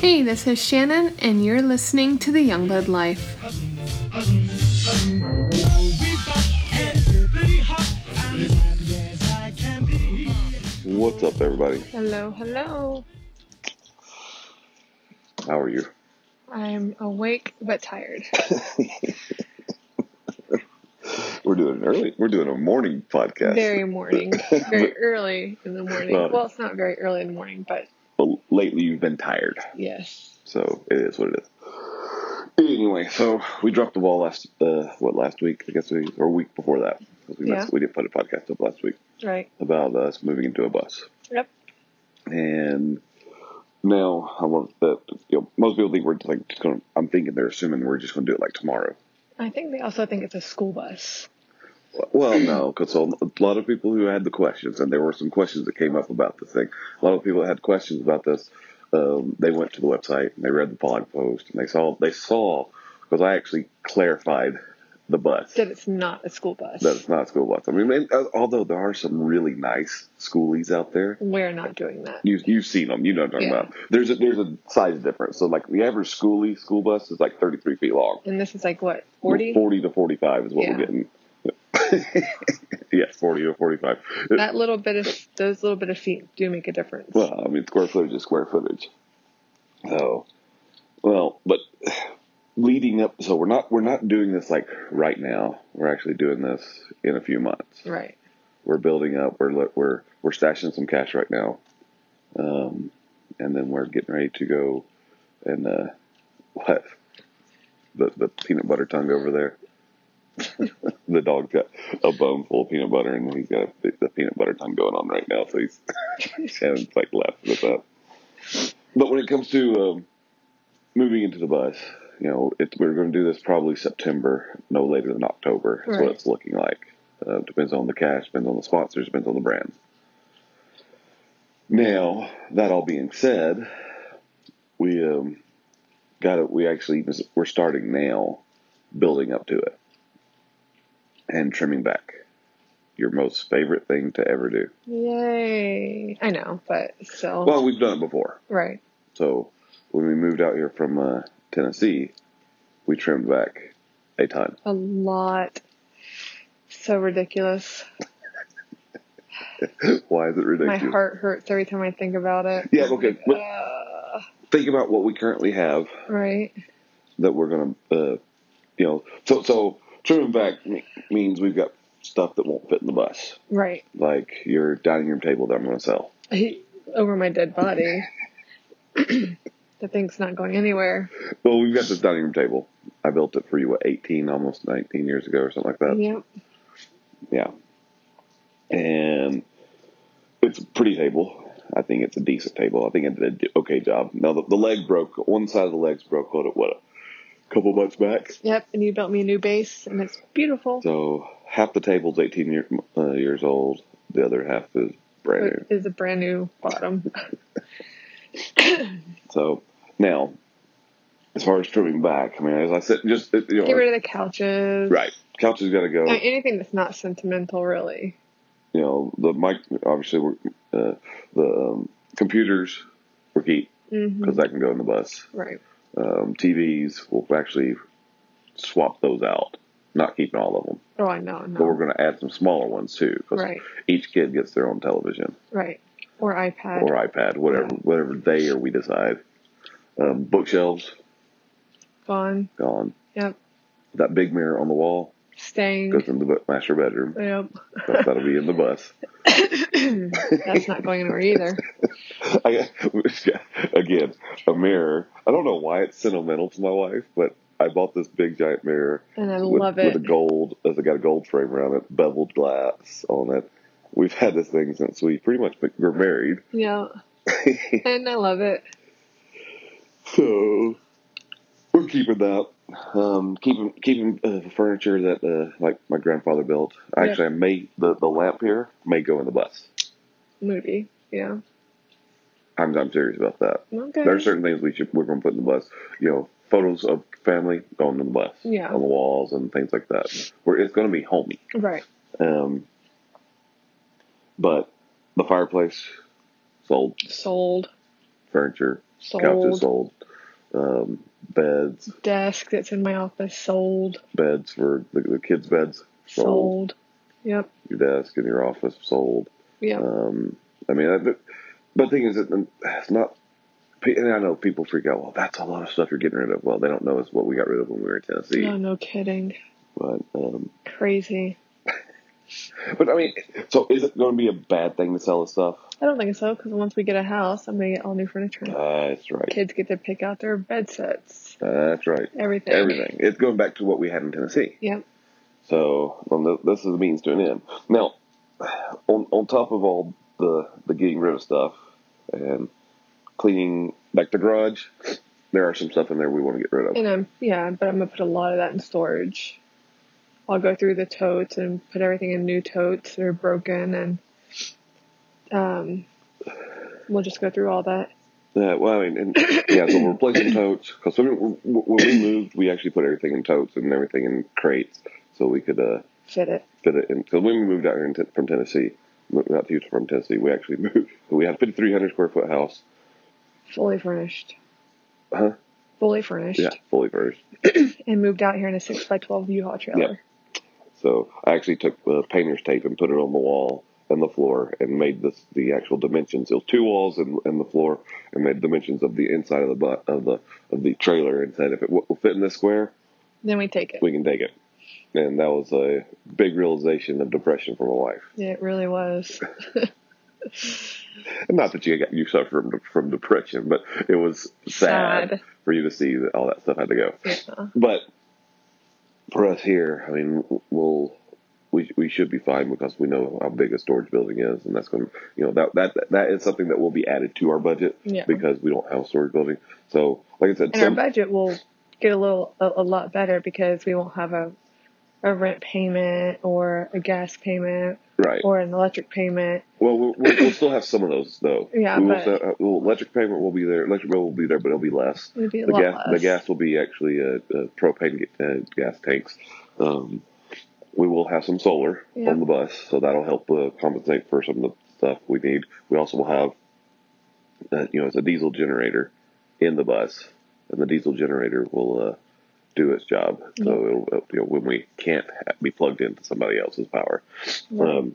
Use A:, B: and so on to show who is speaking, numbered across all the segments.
A: Hey, this is Shannon, and you're listening to The Youngblood Life.
B: What's up, everybody?
A: Hello, hello.
B: How are you?
A: I'm awake but tired.
B: We're doing an early. We're doing a morning podcast.
A: Very morning, very early in the morning.
B: Well-
A: Well, it's not very early in the morning, but
B: But lately, you've been tired,
A: yes.
B: so it is what it is. Anyway, so we dropped the ball last. Uh, what last week? I guess we or week before that. 'cause We, messed-
A: Yeah.
B: we didn't put a podcast up last week
A: Right.
B: about us moving into a bus.
A: Yep.
B: and now I want that you know, most people think we're like just gonna. I'm thinking they're assuming we're just gonna do it like tomorrow.
A: I think they also think it's a school bus.
B: Well, no, because a lot of people who had the questions, and there were some questions that came up about this thing. A lot of people that had questions about this. Um, they went to the website and they read the blog post and they saw they saw because I actually clarified the bus
A: That it's not a school bus.
B: that it's not a school bus. I mean, and, uh, although there are some really nice schoolies out there,
A: We're not doing that.
B: You, you've seen them. You know what I'm talking
A: Yeah.
B: about. There's a, there's a size difference. So, like, the average schoolie school bus is like 33 feet long.
A: And this is like what forty?
B: 40 to 45 is what
A: Yeah.
B: we're getting. yes, 40 to 45.
A: That little bit of those little bit of feet do make a difference.
B: Well, I mean, square footage is square footage. So, well, but leading up, so we're not we're not doing this like right now. We're actually doing this in a few months.
A: right.
B: we're building up. We're li- we're we're stashing some cash right now, um, and then we're getting ready to go and uh, what the the peanut butter tongue over there. the dog got a bone full of peanut butter, and he's got the, the peanut butter tongue going on right now. So he's Shannon's like laughing at that. But when it comes to um, moving into the bus, you know, it, we're going to do this probably September, no later than October. That's
A: Right.
B: what it's looking like. Uh, depends on the cash, depends on the sponsors, depends on the brand. Now, that all being said, we um, got it. We actually we're starting now, building up to it, and trimming back. Your most favorite thing to ever do.
A: Yay. I know, but still
B: Well, we've done it before.
A: right.
B: So when we moved out here from uh, Tennessee, we trimmed back a ton.
A: A lot. So ridiculous.
B: Why is it
A: My
B: ridiculous?
A: heart hurts every time I think about it.
B: Yeah, okay. But
A: Uh,
B: think about what we currently have
A: right.
B: that we're gonna, uh, you know. So so trimming back me- means we've got stuff that won't fit in the bus,
A: Right.
B: like your dining room table that I'm gonna sell.
A: Over my dead body. the thing's not going anywhere.
B: Well, we've got this dining room table. I built it for you, what, 18, almost 19 years ago or something like that.
A: Yep. Mm-hmm.
B: Yeah. And it's a pretty table. I think it's a decent table. I think it did a d- okay job. Now, the, the leg broke. One side of the legs broke, what, what a couple months back.
A: Yep. And you built me a new base and it's beautiful.
B: So half the table's 18 year, uh, years old. The other half is brand new.
A: It is a brand new bottom.
B: So now, as far as trimming back, I mean, as I said, just, you know,
A: Get rid of the couches.
B: right. Couch has got to go.
A: Uh, anything that's not sentimental, really.
B: you know the mic obviously we're, uh, the um, computers we keep
A: hmm
B: because that can go in the bus
A: Right.
B: um, tvs we'll actually swap those out not keeping all of them
A: Oh, I know.
B: but we're
A: No.
B: going to add some smaller ones too because
A: Right.
B: each kid gets their own television
A: Right. Or iPad.
B: or ipad whatever
A: Yeah.
B: whatever they or we decide um, bookshelves
A: Gone.
B: gone
A: Yep.
B: that big mirror on the wall
A: Staying.
B: goes in the bu- master bedroom
A: Yep.
B: that'll be in the bus
A: That's not going anywhere either.
B: I, again, a mirror. I don't know why it's sentimental to my wife, but I bought this big giant mirror
A: And I
B: with,
A: love
B: with
A: it.
B: a gold, it's got a gold frame around it, beveled glass on it. We've had this thing since we pretty much were married.
A: Yeah. and I love it.
B: So we're keeping that. Um, keeping keeping uh, furniture that uh, like my grandfather built.
A: Yeah.
B: Actually, I may the, the lamp here may go in the bus.
A: Movie. Yeah.
B: I'm I'm serious about that.
A: Okay.
B: There are certain things we should we're gonna put in the bus. You know, photos of family going in the bus.
A: Yeah.
B: On the walls and things like that. Where it's gonna be homey.
A: Right.
B: Um But the fireplace sold,
A: Sold.
B: furniture,
A: Sold.
B: couches sold, um, beds,
A: Desk that's in my office. Sold.
B: beds for the, the kids' beds
A: Sold.
B: sold,
A: Yep.
B: your desk in your office sold.
A: Yep.
B: Um, I mean, I, but the thing is, that um, it's not. And I know people freak out. Well, that's a lot of stuff you're getting rid of. Well, they don't know it's what we got rid of when we were in Tennessee.
A: no, no kidding.
B: But um,
A: Crazy.
B: but I mean, so is it going to be a bad thing to sell this stuff?
A: I don't think so because once we get a house, I'm gonna get all new furniture.
B: Uh, that's right.
A: Kids get to pick out their bed sets.
B: that's right.
A: Everything.
B: Everything. It's going back to what we had in Tennessee.
A: Yep.
B: So well, th- this is a means to an end. Now, on on top of all the the getting rid of stuff and cleaning back the garage, there are some stuff in there we want to get rid of.
A: And I'm yeah, but I'm gonna put a lot of that in storage. I'll go through the totes and put everything in new totes that are broken, and um, we'll just go through all that.
B: Yeah, well, I mean, and, yeah, so we're replacing totes because when, when we moved, we actually put everything in totes and everything in crates so we could uh,
A: Fit it.
B: fit it in. So when we moved out here in t- from Tennessee, mo- not to from Tennessee, we actually moved. We had a 5,300 square foot house.
A: Fully furnished.
B: Huh?
A: Fully furnished.
B: Uh-huh. Yeah, fully furnished.
A: And moved out here in a six by twelve U-Haul trailer.
B: So I actually took uh, painter's tape and put it on the wall and the floor and made this the actual dimensions. It was two walls and, and the floor and made dimensions of the inside of the bu- of the of the trailer and said if it w- will fit in this square,
A: Then we take it.
B: we can take it. And that was a big realization of depression for my wife.
A: Yeah, it really was.
B: And not that you got you suffered from, from depression, but it was sad,
A: Sad.
B: for you to see that all that stuff had to go.
A: Yeah.
B: But for us here, I mean, we'll we we should be fine because we know how big a storage building is, and that's going to you know that that that is something that will be added to our budget
A: Yeah.
B: because we don't have a storage building. So, like I said,
A: And our
B: some,
A: budget will get a little a, a lot better because we won't have a a rent payment or a gas payment
B: right.
A: or an electric payment.
B: Well, we'll, we'll, we'll still have some of those though.
A: Yeah,
B: we will
A: but-
B: still- uh, well, electric payment will be there. Electric bill will be there, but it'll be less.
A: It'd be a
B: the
A: lot
B: gas,
A: less.
B: the gas will be actually uh, uh, propane ga- uh, gas tanks. Um, we will have some solar
A: Yeah.
B: on the bus, so that'll help uh, compensate for some of the stuff we need. We also will have, uh, you know, it's a diesel generator in the bus, and the diesel generator will uh, do its job.
A: Yeah.
B: So it'll, uh, you know, when we can't ha- be plugged into somebody else's power,
A: Right.
B: um,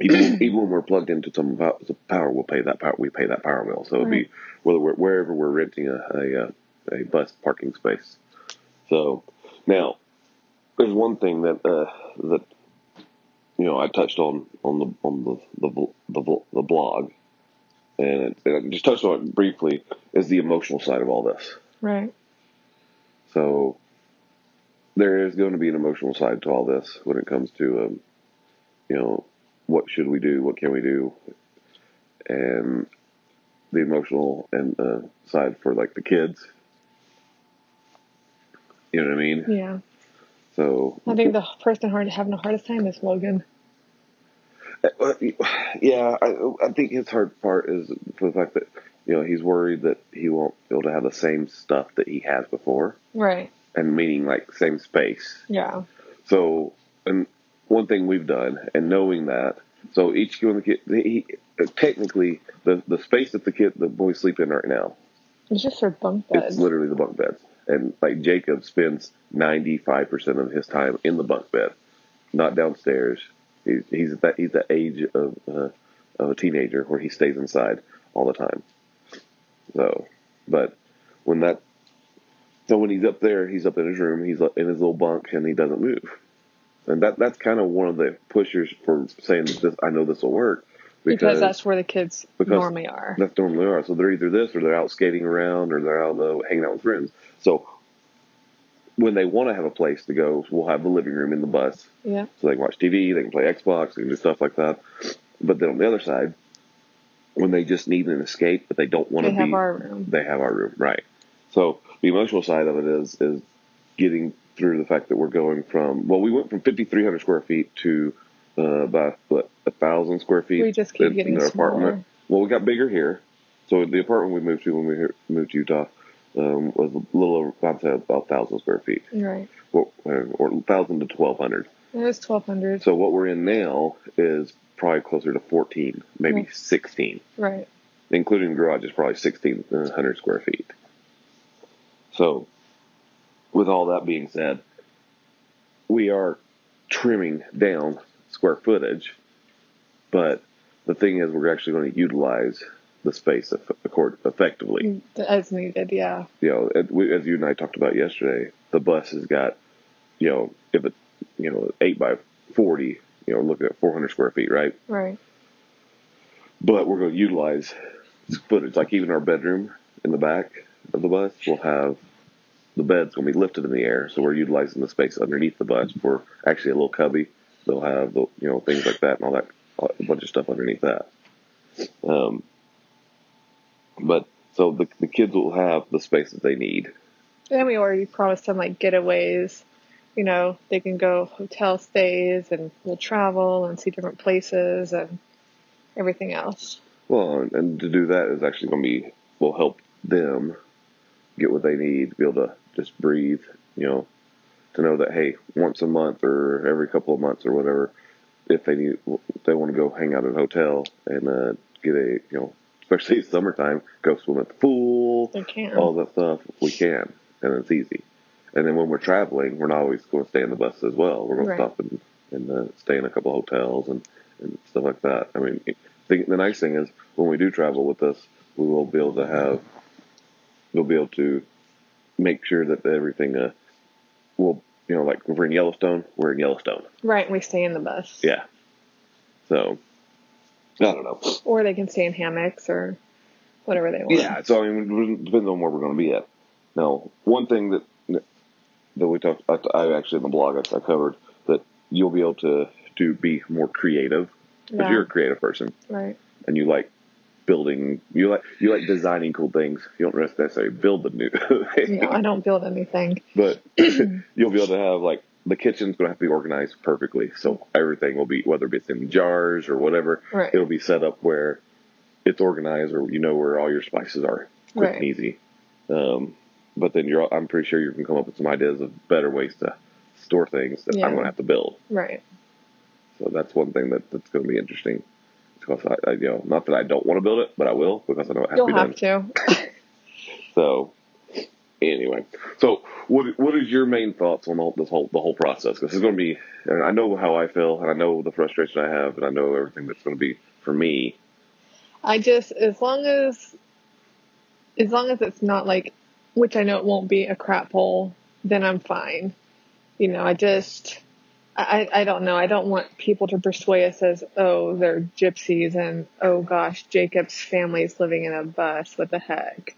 B: even, even when we're plugged into some pow- the power, we'll pay that power. We pay that power bill. So it'll be whether we're, wherever we're renting a, a uh, a bus parking space. So now there's one thing that uh, that you know I touched on on the on the the bl- the, bl- the blog, and, it, and I just touched on it briefly is the emotional side of all this.
A: right.
B: So there is going to be an emotional side to all this when it comes to, um, you know, what should we do? What can we do? And the emotional and uh, side for like the kids. You know what I mean?
A: Yeah.
B: So
A: I think the person hard, having the hardest time is Logan.
B: Uh, yeah, I, I think his hard part is for the fact that you know he's worried that he won't be able to have the same stuff that he has before,
A: Right.
B: and meaning like same space.
A: Yeah.
B: So, and one thing we've done, and knowing that, so each one of the kids, he, technically, the, the space that the kid, the boys sleep in right now,
A: It's just their bunk
B: it's
A: beds.
B: literally the bunk beds. And like Jacob spends 95% of his time in the bunk bed, not downstairs. He's, he's at that, he's that age of, uh, of a teenager where he stays inside all the time. So, but when that, so when he's up there, he's up in his room, he's up in his little bunk, and he doesn't move. And that that's kind of one of the pushers for saying this. I know this will work
A: because that's where the kids
B: because-
A: normally are.
B: that's normally they are. So they're either this or they're out skating around or they're out uh, hanging out with friends. So when they want to have a place to go, we'll have the living room in the bus
A: Yeah.
B: so they can watch TV, they can play Xbox, they can do stuff like that. But then on the other side, when they just need an escape, but they don't want
A: They
B: to
A: have
B: be,
A: our room.
B: they have our room, right? So the emotional side of it is is getting through the fact that we're going from well, we went from 5,300 square feet to uh, about what, a thousand square feet.
A: We just keep
B: in-
A: getting
B: in our
A: smaller.
B: apartment. Well, we got bigger here. So the apartment we moved to when we here- moved to Utah um, was a little over I'd say about thousand square feet,
A: Right.
B: or thousand to twelve hundred.
A: It was twelve hundred.
B: So what we're in now is probably closer to 14, maybe
A: Yeah.
B: 16.
A: Right.
B: Including the garage is probably 1,600 square feet. So, with all that being said, we are trimming down square footage, but the thing is, we're actually going to utilize the space eff- accord- effectively
A: As needed. Yeah.
B: you know, as, we, as you and I talked about yesterday, the bus has got, you know, if it, you know, eight by forty, you know, looking at four hundred square feet, right?
A: Right.
B: But we're going to utilize this footage, like even our bedroom in the back of the bus will have the bed's going to be lifted in the air, so we're utilizing the space underneath the bus for actually a little cubby. They'll have the, you know, things like that and all that, a bunch of stuff underneath that. Um, but so the the kids will have the space that they need.
A: And we already promised them like getaways. You know, they can go hotel stays and we'll travel and see different places and everything else.
B: Well, and- and to do that is actually going to be will help them get what they need, be able to just breathe, you know, to know that hey, once a month or every couple of months or whatever, if they need, if they want to go hang out at a hotel and uh, get a, you know, especially summertime, go swim at the pool,
A: They can.
B: all that stuff. We can, and it's easy. And then when we're traveling, we're not always going to stay in the bus as well. We're going
A: Right.
B: to stop and, and uh, stay in a couple hotels and, and stuff like that. I mean, the, the nice thing is when we do travel with us, we will be able to have, we'll be able to make sure that everything uh, will, you know, like if we're in Yellowstone, we're in Yellowstone.
A: Right. And we stay in the bus.
B: Yeah. So, I don't know.
A: Or they can stay in hammocks or whatever they want.
B: Yeah, so I mean, it depends on where we're going to be at. Now, one thing that that we talked, I, I actually in the blog I, I covered that you'll be able to to be more creative because
A: Yeah,
B: you're a creative person
A: right.
B: and you like building, you like you like designing cool things. You don't necessarily build the new, thing,
A: No, I don't build anything.
B: but you'll be able to have like the kitchen's going to have to be organized perfectly, so everything will be whether it's in jars or whatever,
A: Right.
B: it'll be set up where it's organized or you know where all your spices are quick
A: Right.
B: and easy um, but then you're i'm pretty sure you can come up with some ideas of better ways to store things that
A: Yeah.
B: i'm going to have to build
A: Right.
B: so that's one thing that, that's going to be interesting because I, I you know not that i don't want to build it but i will because i know it has
A: You'll
B: to be done
A: have to.
B: so anyway, so what what is your main thoughts on all this whole the whole process? This is going to be, and I know how I feel, and I know the frustration I have, and I know everything that's going to be for me.
A: I just as long as as long as it's not like which I know it won't be a crap hole, then I'm fine. You know, I just I, I I don't know. I don't want people to persuade us as, oh, they're gypsies and oh gosh, Jacob's family's living in a bus, what the heck?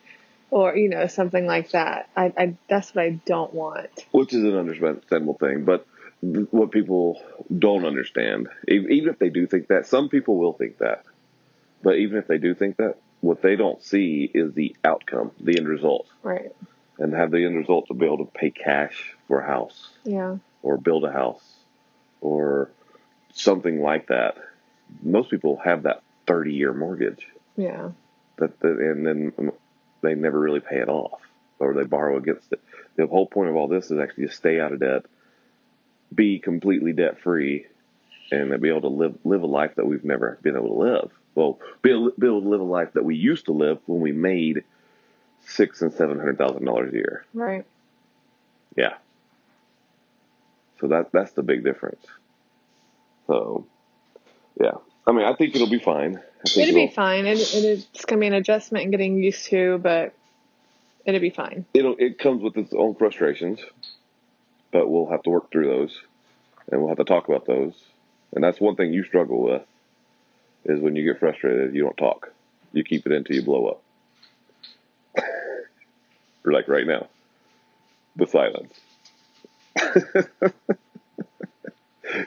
A: Or, you know, something like that. I, I that's what I don't want.
B: which is an understandable thing. But th- what people don't understand, e- even if they do think that, some people will think that. But even if they do think that, what they don't see is the outcome, the end result,
A: Right.
B: and have the end result to be able to pay cash for a house
A: Yeah.
B: or build a house or something like that. Most people have that 30 year mortgage
A: Yeah.
B: that the, and then they never really pay it off or they borrow against it. The whole point of all this is actually to stay out of debt, be completely debt free, and then be able to live live a life that we've never been able to live. Well, be able, be able to live a life that we used to live when we made six and seven hundred thousand dollars a year.
A: Right.
B: Yeah. So that that's the big difference. So, yeah. I mean, I think it'll be fine. I think
A: It'd be fine. It, it, it's gonna be an adjustment and getting used to, but it'd be fine.
B: it'll it comes with its own frustrations, but we'll have to work through those, and we'll have to talk about those. And that's one thing you struggle with is when you get frustrated, you don't talk. You keep it in till you blow up. Or like right now, the silence.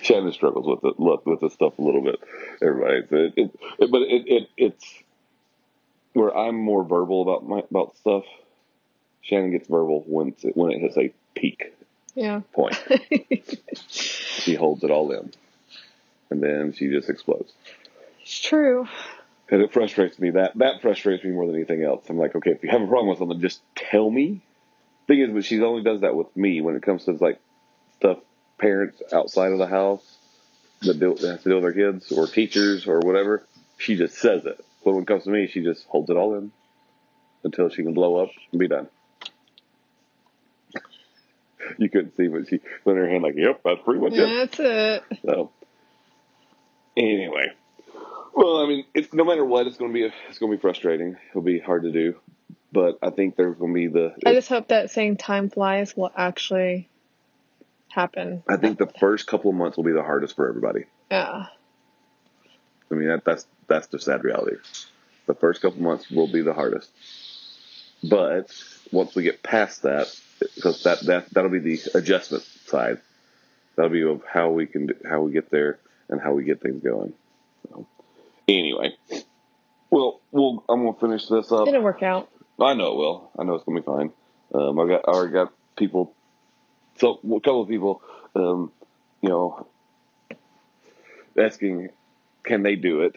B: Shannon struggles with it, look, with this stuff a little bit. Everybody, it, it, it, but it, it, it's where I'm more verbal about my about stuff. Shannon gets verbal when it, when it hits a peak
A: Yeah.
B: point. she holds it all in, and then she just explodes.
A: It's true.
B: And it frustrates me. That that frustrates me more than anything else. I'm like, okay, if you have a problem with something, just tell me. Thing is, but she only does that with me when it comes to like stuff, parents outside of the house, that deal, that has to deal with our kids or teachers or whatever, she just says it. But when it comes to me, she just holds it all in until she can blow up and be done. You couldn't see, but she put her hand like, "Yep, that's pretty much it."
A: That's it.
B: So anyway, well, I mean, it's no matter what, it's going to be it's going to be frustrating. It'll be hard to do, but I think there's going to be the.
A: I just hope that saying time flies will actually happen.
B: I think the first couple of months will be the hardest for everybody.
A: Yeah.
B: I mean, that, that's that's the sad reality. The first couple months will be the hardest, but once we get past that, because that that that'll be the adjustment side. That'll be of how we can how we get there and how we get things going. So, anyway, well, we'll I'm gonna finish this up.
A: It'll work out.
B: I know it will. I know it's gonna be fine. Um, I got I already got people. So a couple of people, um, you know, asking, can they do it?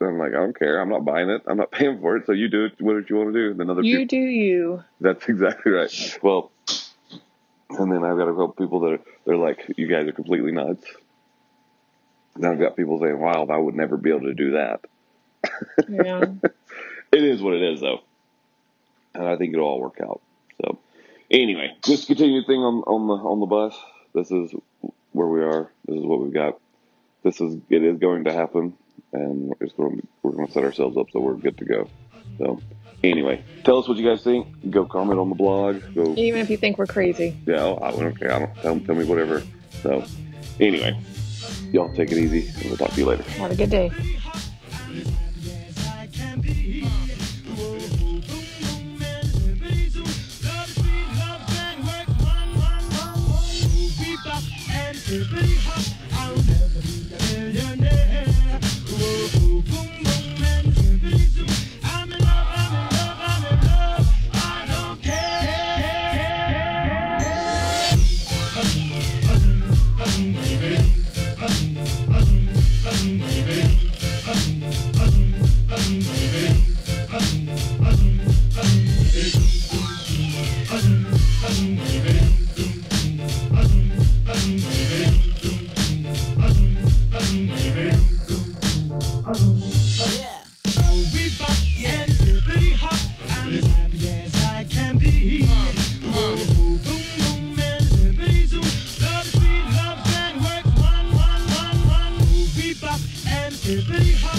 B: And I'm like, I don't care. I'm not buying it. I'm not paying for it. So you do it. What you want to do? And then other
A: You
B: people.
A: do you.
B: That's exactly right. Well, and then I've got a couple people that are they're like, you guys are completely nuts. Then I've got people saying, wow, I would never be able to do that.
A: Yeah.
B: It is what it is, though. And I think it'll all work out. So, anyway, just continue the thing on, on the on the bus. This is where we are. This is what we've got. This is it is going to happen, and we're just going to, we're going to set ourselves up so we're good to go. So, anyway, tell us what you guys think. Go comment on the blog. Go
A: Even if you think we're crazy.
B: yeah, I don't care. I don't tell, tell me whatever. So, anyway, y'all take it easy, and we'll talk to you later.
A: Have a good day.
C: Yes, I can be. Whoa, boom, boom, man, it's amazing. Love is sweet, love is bang, work, one, one, one, one. Bebop and bippity hop. I'll never be a millionaire. Whoa, boom, boom, boom, man, it's amazing. I'm in love, I'm in love, I'm in love. I don't care. Yeah. Bebop and bippity hop. I'm as happy as I can be. Whoa, boom, boom, and bippity zoo. Love is sweet, love and work. One, one, one, one. Bebop and bippity hop.